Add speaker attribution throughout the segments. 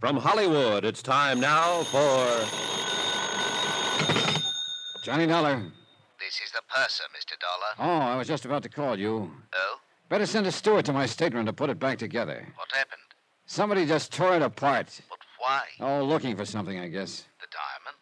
Speaker 1: From Hollywood, it's time now for.
Speaker 2: Johnny Dollar.
Speaker 3: This is the purser, Mr. Dollar.
Speaker 2: Oh, I was just about to call you.
Speaker 3: Oh?
Speaker 2: Better send a steward to my stateroom to put it back together.
Speaker 3: What happened?
Speaker 2: Somebody just tore it apart.
Speaker 3: But why?
Speaker 2: Oh, looking for something, I guess.
Speaker 3: The diamond?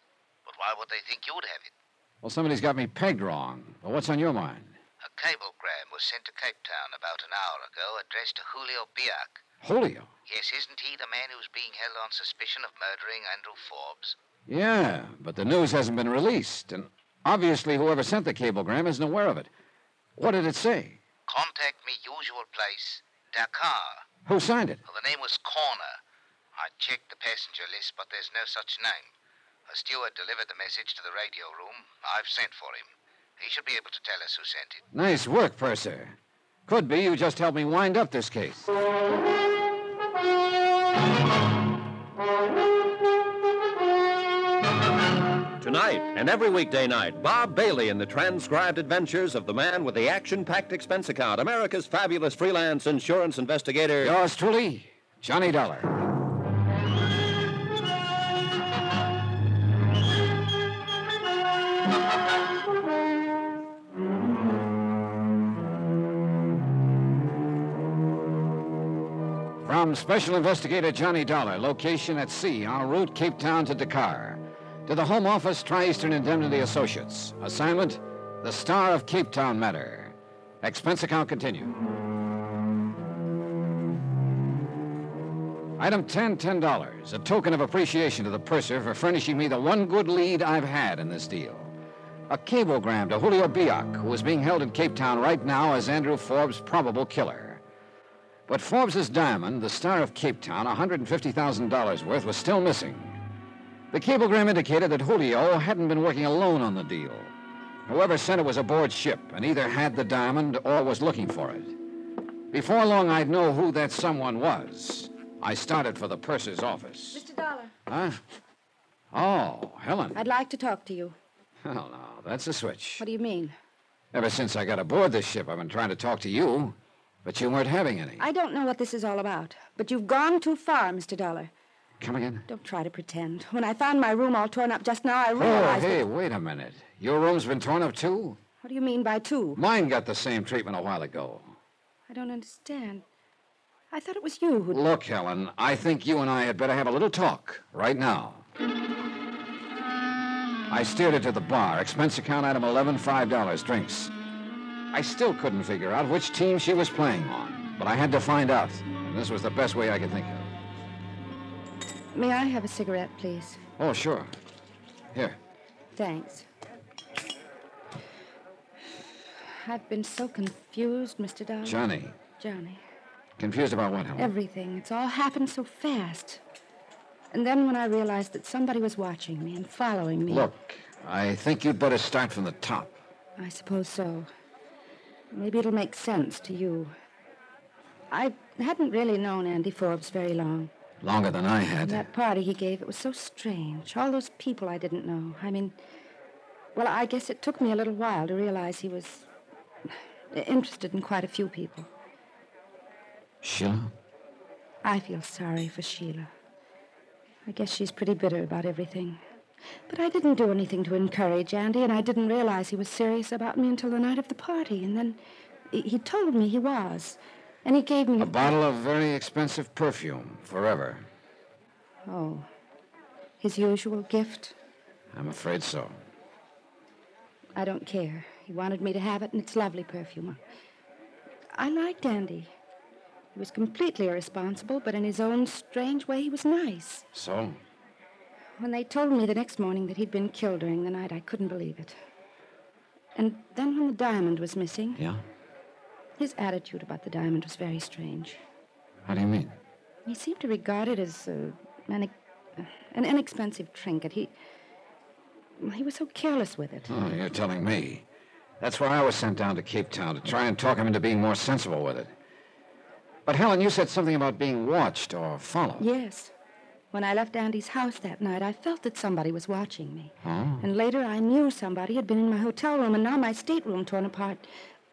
Speaker 3: But why would they think you'd have it?
Speaker 2: Well, somebody's got me pegged wrong. Well, what's on your mind?
Speaker 3: A cablegram was sent to Cape Town about an hour ago, addressed to Julio Biak.
Speaker 2: Julio.
Speaker 3: Yes, isn't he the man who's being held on suspicion of murdering Andrew Forbes?
Speaker 2: Yeah, but the news hasn't been released, and obviously whoever sent the cablegram isn't aware of it. What did it say?
Speaker 3: Contact me usual place, Dakar.
Speaker 2: Who signed it?
Speaker 3: Well, the name was Corner. I checked the passenger list, but there's no such name. A steward delivered the message to the radio room. I've sent for him. He should be able to tell us who sent it.
Speaker 2: Nice work, Purser. Could be you just helped me wind up this case.
Speaker 1: Tonight and every weekday night, Bob Bailey in the transcribed adventures of the man with the action packed expense account, America's fabulous freelance insurance investigator.
Speaker 2: Yours truly, Johnny Dollar. From Special Investigator Johnny Dollar, location at sea, en route Cape Town to Dakar. To the Home Office, Tri Eastern Indemnity Associates. Assignment The Star of Cape Town Matter. Expense account continued. Item 10, $10, a token of appreciation to the purser for furnishing me the one good lead I've had in this deal. A cablegram to Julio Biak, who is being held in Cape Town right now as Andrew Forbes' probable killer. But Forbes's diamond, the star of Cape Town, $150,000 worth, was still missing. The cablegram indicated that Julio hadn't been working alone on the deal. Whoever sent it was aboard ship and either had the diamond or was looking for it. Before long, I'd know who that someone was. I started for the purser's office.
Speaker 4: Mr. Dollar.
Speaker 2: Huh? Oh, Helen.
Speaker 4: I'd like to talk to you.
Speaker 2: Hell no, that's a switch.
Speaker 4: What do you mean?
Speaker 2: Ever since I got aboard this ship, I've been trying to talk to you, but you weren't having any.
Speaker 4: I don't know what this is all about, but you've gone too far, Mr. Dollar.
Speaker 2: Come again?
Speaker 4: Don't try to pretend. When I found my room all torn up just now, I
Speaker 2: Oh,
Speaker 4: realized.
Speaker 2: hey,
Speaker 4: that-
Speaker 2: wait a minute. Your room's been torn up, too?
Speaker 4: What do you mean by two?
Speaker 2: Mine got the same treatment a while ago.
Speaker 4: I don't understand. I thought it was you who.
Speaker 2: Look, Helen, I think you and I had better have a little talk right now. I steered her to the bar. Expense account item 11, $5, drinks. I still couldn't figure out which team she was playing on, but I had to find out, and this was the best way I could think of.
Speaker 4: May I have a cigarette, please?
Speaker 2: Oh, sure. Here.
Speaker 4: Thanks. I've been so confused, Mr. Dollar.
Speaker 2: Johnny.
Speaker 4: Johnny.
Speaker 2: Confused about what, Helen?
Speaker 4: Everything. It's all happened so fast. And then when I realized that somebody was watching me and following me.
Speaker 2: Look, I think you'd better start from the top.
Speaker 4: I suppose so. Maybe it'll make sense to you. I hadn't really known Andy Forbes very long.
Speaker 2: Longer than I had.
Speaker 4: And that party he gave, it was so strange. All those people I didn't know. I mean, well, I guess it took me a little while to realize he was interested in quite a few people.
Speaker 2: Sheila?
Speaker 4: I feel sorry for Sheila. I guess she's pretty bitter about everything. But I didn't do anything to encourage Andy, and I didn't realize he was serious about me until the night of the party. And then he he told me he was. And he gave me.
Speaker 2: A bottle of very expensive perfume, forever.
Speaker 4: Oh. His usual gift?
Speaker 2: I'm afraid so.
Speaker 4: I don't care. He wanted me to have it, and it's lovely perfume. I liked Andy. He was completely irresponsible, but in his own strange way, he was nice.
Speaker 2: So?
Speaker 4: When they told me the next morning that he'd been killed during the night, I couldn't believe it. And then when the diamond was missing,
Speaker 2: Yeah?
Speaker 4: his attitude about the diamond was very strange.
Speaker 2: How do you mean?
Speaker 4: He seemed to regard it as uh, an, uh, an inexpensive trinket. He, he was so careless with it.
Speaker 2: Oh, you're telling me. That's why I was sent down to Cape Town to try and talk him into being more sensible with it. But Helen, you said something about being watched or followed.
Speaker 4: Yes. When I left Andy's house that night, I felt that somebody was watching me.
Speaker 2: Oh.
Speaker 4: And later I knew somebody had been in my hotel room and now my stateroom torn apart.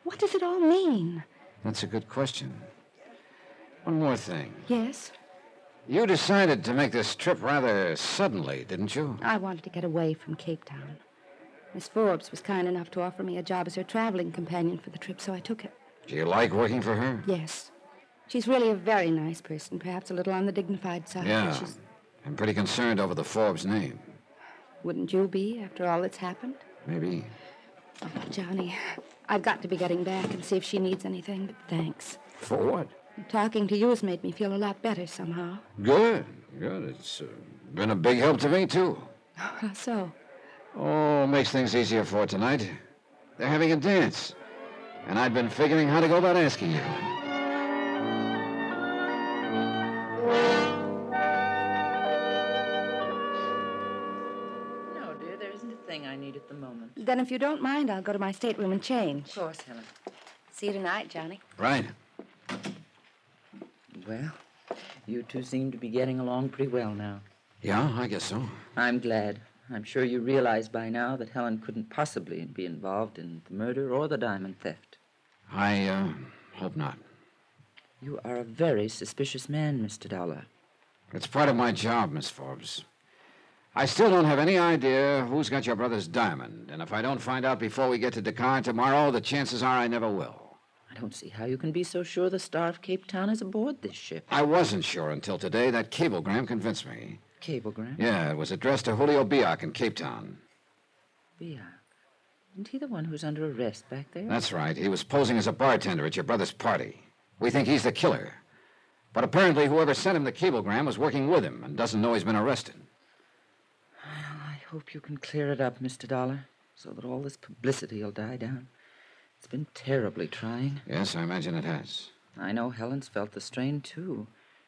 Speaker 4: What does it all mean?
Speaker 2: That's a good question. One more thing.
Speaker 4: Yes.
Speaker 2: You decided to make this trip rather suddenly, didn't you?
Speaker 4: I wanted to get away from Cape Town. Miss Forbes was kind enough to offer me a job as her traveling companion for the trip, so I took it.
Speaker 2: Do you like working for her?
Speaker 4: Yes. She's really a very nice person, perhaps a little on the dignified side. but
Speaker 2: Yeah.
Speaker 4: She's,
Speaker 2: I'm pretty concerned over the Forbes name.
Speaker 4: wouldn't you be after all that's happened?
Speaker 2: Maybe.
Speaker 4: Oh, Johnny, I've got to be getting back and see if she needs anything, but thanks.
Speaker 2: For what?
Speaker 4: Talking to you has made me feel a lot better somehow.
Speaker 2: Good. Good. It's uh, been a big help to me, too.
Speaker 4: How so?
Speaker 2: Oh, makes things easier for tonight. They're having a dance. And I've been figuring how to go about asking you.
Speaker 5: No, dear, there isn't a thing I need at the moment.
Speaker 4: Then, if you don't mind, I'll go to my stateroom and change.
Speaker 5: Of course, Helen.
Speaker 4: See you tonight, Johnny.
Speaker 2: Right.
Speaker 5: Well, you two seem to be getting along pretty well now.
Speaker 2: Yeah, I guess so.
Speaker 5: I'm glad. I'm sure you realize by now that Helen couldn't possibly be involved in the murder or the diamond theft.
Speaker 2: I uh, hope not.
Speaker 5: You are a very suspicious man, Mr. Dollar.
Speaker 2: It's part of my job, Miss Forbes. I still don't have any idea who's got your brother's diamond, and if I don't find out before we get to Dakar tomorrow, the chances are I never will.
Speaker 5: I don't see how you can be so sure the Star of Cape Town is aboard this ship.
Speaker 2: I wasn't sure until today. That cablegram convinced me.
Speaker 5: Cablegram?
Speaker 2: Yeah, it was addressed to Julio Biak in Cape Town.
Speaker 5: Biak. Isn't he the one who's under arrest back there?
Speaker 2: That's right. He was posing as a bartender at your brother's party. We think he's the killer. But apparently, whoever sent him the cablegram was working with him and doesn't know he's been arrested.
Speaker 5: I hope you can clear it up, Mr. Dollar, so that all this publicity will die down. It's been terribly trying.
Speaker 2: Yes, I imagine it has.
Speaker 5: I know Helen's felt the strain, too.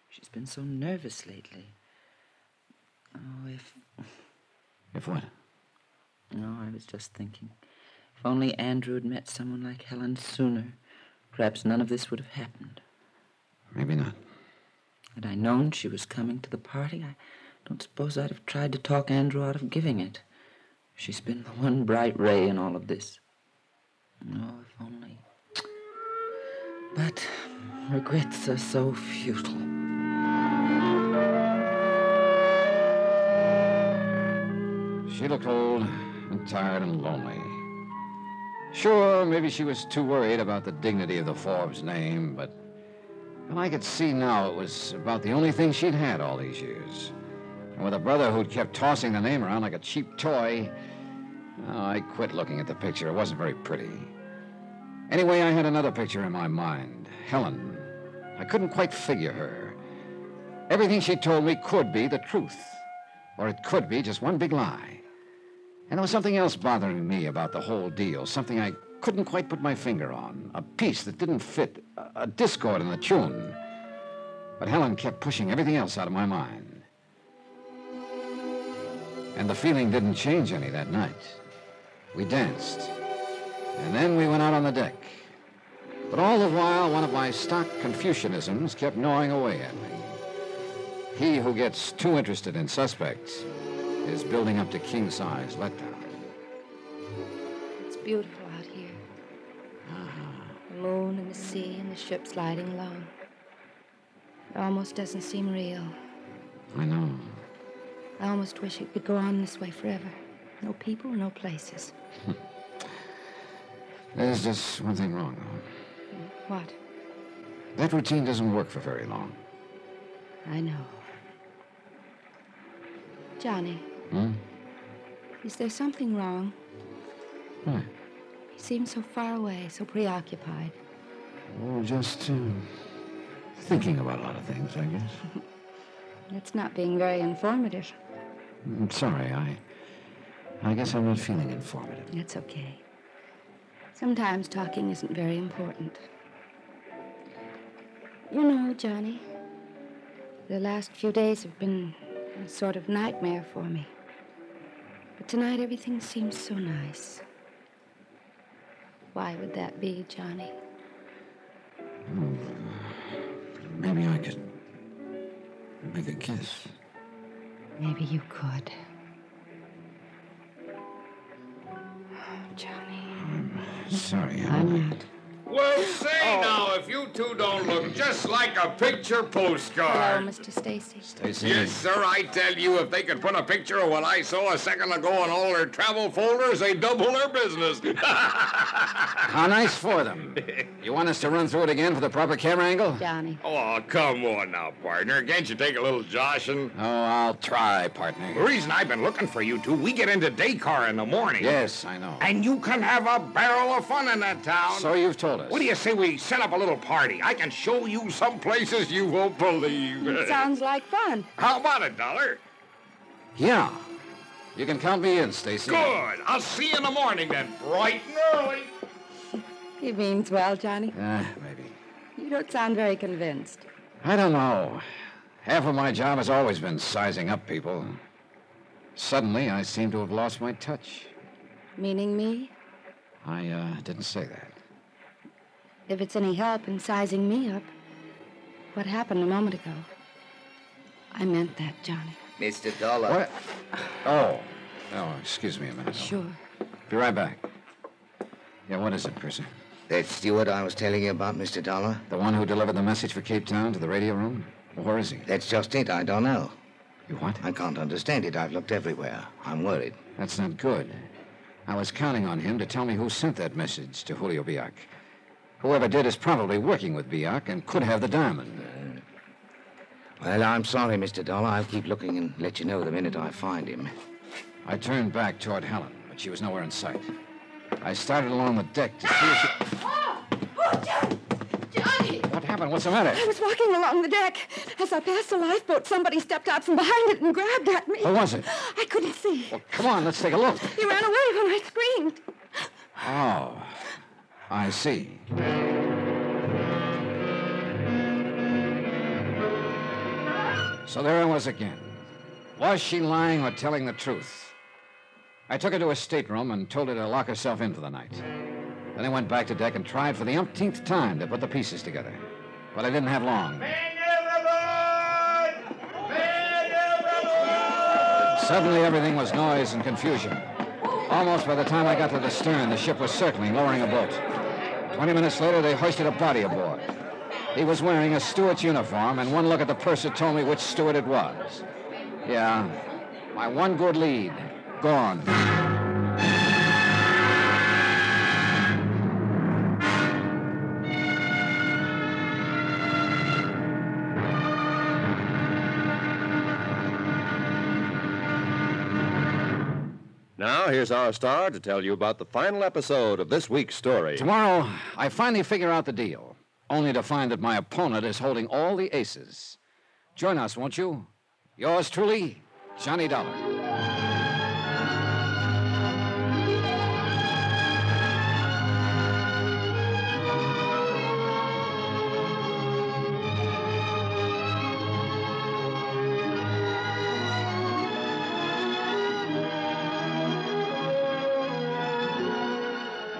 Speaker 5: She's been so nervous lately. Oh, if.
Speaker 2: If what?
Speaker 5: No, I was just thinking. If only Andrew had met someone like Helen sooner, perhaps none of this would have happened.
Speaker 2: Maybe not.
Speaker 5: Had I known she was coming to the party, I don't suppose I'd have tried to talk Andrew out of giving it. She's been the one bright ray in all of this. No, if only. But regrets are so futile.
Speaker 2: She looked old and tired and lonely. Sure, maybe she was too worried about the dignity of the Forbes name, but and I could see now it was about the only thing she'd had all these years. And with a brother who'd kept tossing the name around like a cheap toy, oh, I quit looking at the picture. It wasn't very pretty. Anyway, I had another picture in my mind Helen. I couldn't quite figure her. Everything she told me could be the truth, or it could be just one big lie. And there was something else bothering me about the whole deal, something I couldn't quite put my finger on, a piece that didn't fit, a- a discord in the tune. But Helen kept pushing everything else out of my mind. And the feeling didn't change any that night. We danced. And then we went out on the deck. But all the while, one of my stock Confucianisms kept gnawing away at me. He who gets too interested in suspects is building up to king size letdown.
Speaker 4: It's beautiful out here. The moon and the sea and the ship sliding along. It almost doesn't seem real.
Speaker 2: I know.
Speaker 4: I almost wish it could go on this way forever. No people, no places.
Speaker 2: There's just one thing wrong, though.
Speaker 4: What?
Speaker 2: That routine doesn't work for very long.
Speaker 4: I know. Johnny. Hmm? Is there something wrong? Hmm.
Speaker 2: Why?
Speaker 4: He seems so far away, so preoccupied.
Speaker 2: Well, just uh, thinking about a lot of things, I guess.
Speaker 4: That's not being very informative.
Speaker 2: I'm sorry. I, I guess I'm not feeling informative.
Speaker 4: That's okay. Sometimes talking isn't very important. You know, Johnny, the last few days have been a sort of nightmare for me. But tonight everything seems so nice. Why would that be, Johnny?
Speaker 2: Maybe I could make a kiss.
Speaker 4: Maybe you could. Johnny.
Speaker 2: Sorry,
Speaker 4: I'm
Speaker 2: Helen.
Speaker 4: not.
Speaker 6: Well,
Speaker 1: Oh.
Speaker 6: say now, if you two don't look just like a picture postcard.
Speaker 1: Um,
Speaker 4: Hello, Mr. Stacy.
Speaker 2: Stacy.
Speaker 6: Yes, sir, I tell you, if they could put a picture of what I saw a second ago on all their travel folders, they double their business.
Speaker 2: How nice for them. You want us to run through it again for the proper camera angle?
Speaker 4: Johnny.
Speaker 6: oh, come on now, partner. Can't you take a little joshing?
Speaker 2: Oh, I'll try,
Speaker 6: The
Speaker 2: partner.
Speaker 6: reason I've been looking for you two, we get into Daycar in the morning.
Speaker 2: Yes, I know.
Speaker 6: And you can have a barrel of fun in that town.
Speaker 2: So you've told us.
Speaker 6: what do you say we set up a little party? I can show you some places you won't believe.
Speaker 4: Sounds like fun.
Speaker 6: How about it, Dollar?
Speaker 2: Yeah. You can count me in, Stacy.
Speaker 6: Good. I'll see you in the morning then, bright and early.
Speaker 4: He means well, Johnny.
Speaker 2: Uh, maybe.
Speaker 4: You don't sound very convinced.
Speaker 2: I don't know. Half of my job has always been sizing up people. Suddenly, I seem to have lost my touch.
Speaker 4: Meaning me?
Speaker 2: I uh, didn't say that.
Speaker 4: If it's any help in sizing me up. What happened a moment ago? I meant that, Johnny.
Speaker 5: Mr. Dollar.
Speaker 2: What? Oh. Oh, excuse me a minute.
Speaker 4: Sure.
Speaker 2: Be right back. Yeah, what is it, Percy?
Speaker 3: That steward I was telling you about, Mr. Dollar?
Speaker 2: The one who delivered the message for Cape Town to the radio room? Where is he?
Speaker 3: That's just it. I don't know.
Speaker 2: You what?
Speaker 3: I can't understand it. I've looked everywhere. I'm worried.
Speaker 2: That's not good. I was counting on him to tell me who sent that message to Julio Biac. Whoever did is probably working with Biac and could have the diamond.
Speaker 3: Uh, Well, I'm sorry, Mr. Dollar. I'll keep looking and let you know the minute I find him.
Speaker 2: I turned back toward Helen, but she was nowhere in sight. I started along the deck to see if she...
Speaker 4: Oh, oh, Johnny! Johnny!
Speaker 2: What happened? What's the matter?
Speaker 4: I was walking along the deck. As I passed a lifeboat, somebody stepped out from behind it and grabbed at me.
Speaker 2: Who was it?
Speaker 4: I couldn't see.
Speaker 2: Well, come on, let's take a look.
Speaker 4: He ran away when I screamed.
Speaker 2: Oh, I see. So there I was again. Was she lying or telling the truth? I took her to her stateroom and told her to lock herself in for the night. Then I went back to deck and tried for the umpteenth time to put the pieces together. But I didn't have long. Suddenly, everything was noise and confusion. Almost by the time I got to the stern, the ship was circling, lowering a boat. Twenty minutes later, they hoisted a body aboard. He was wearing a steward's uniform, and one look at the purser told me which steward it was. Yeah, my one good lead, gone.
Speaker 1: Now, here's our star to tell you about the final episode of this week's story.
Speaker 2: Tomorrow, I finally figure out the deal, only to find that my opponent is holding all the aces. Join us, won't you? Yours truly, Johnny Dollar.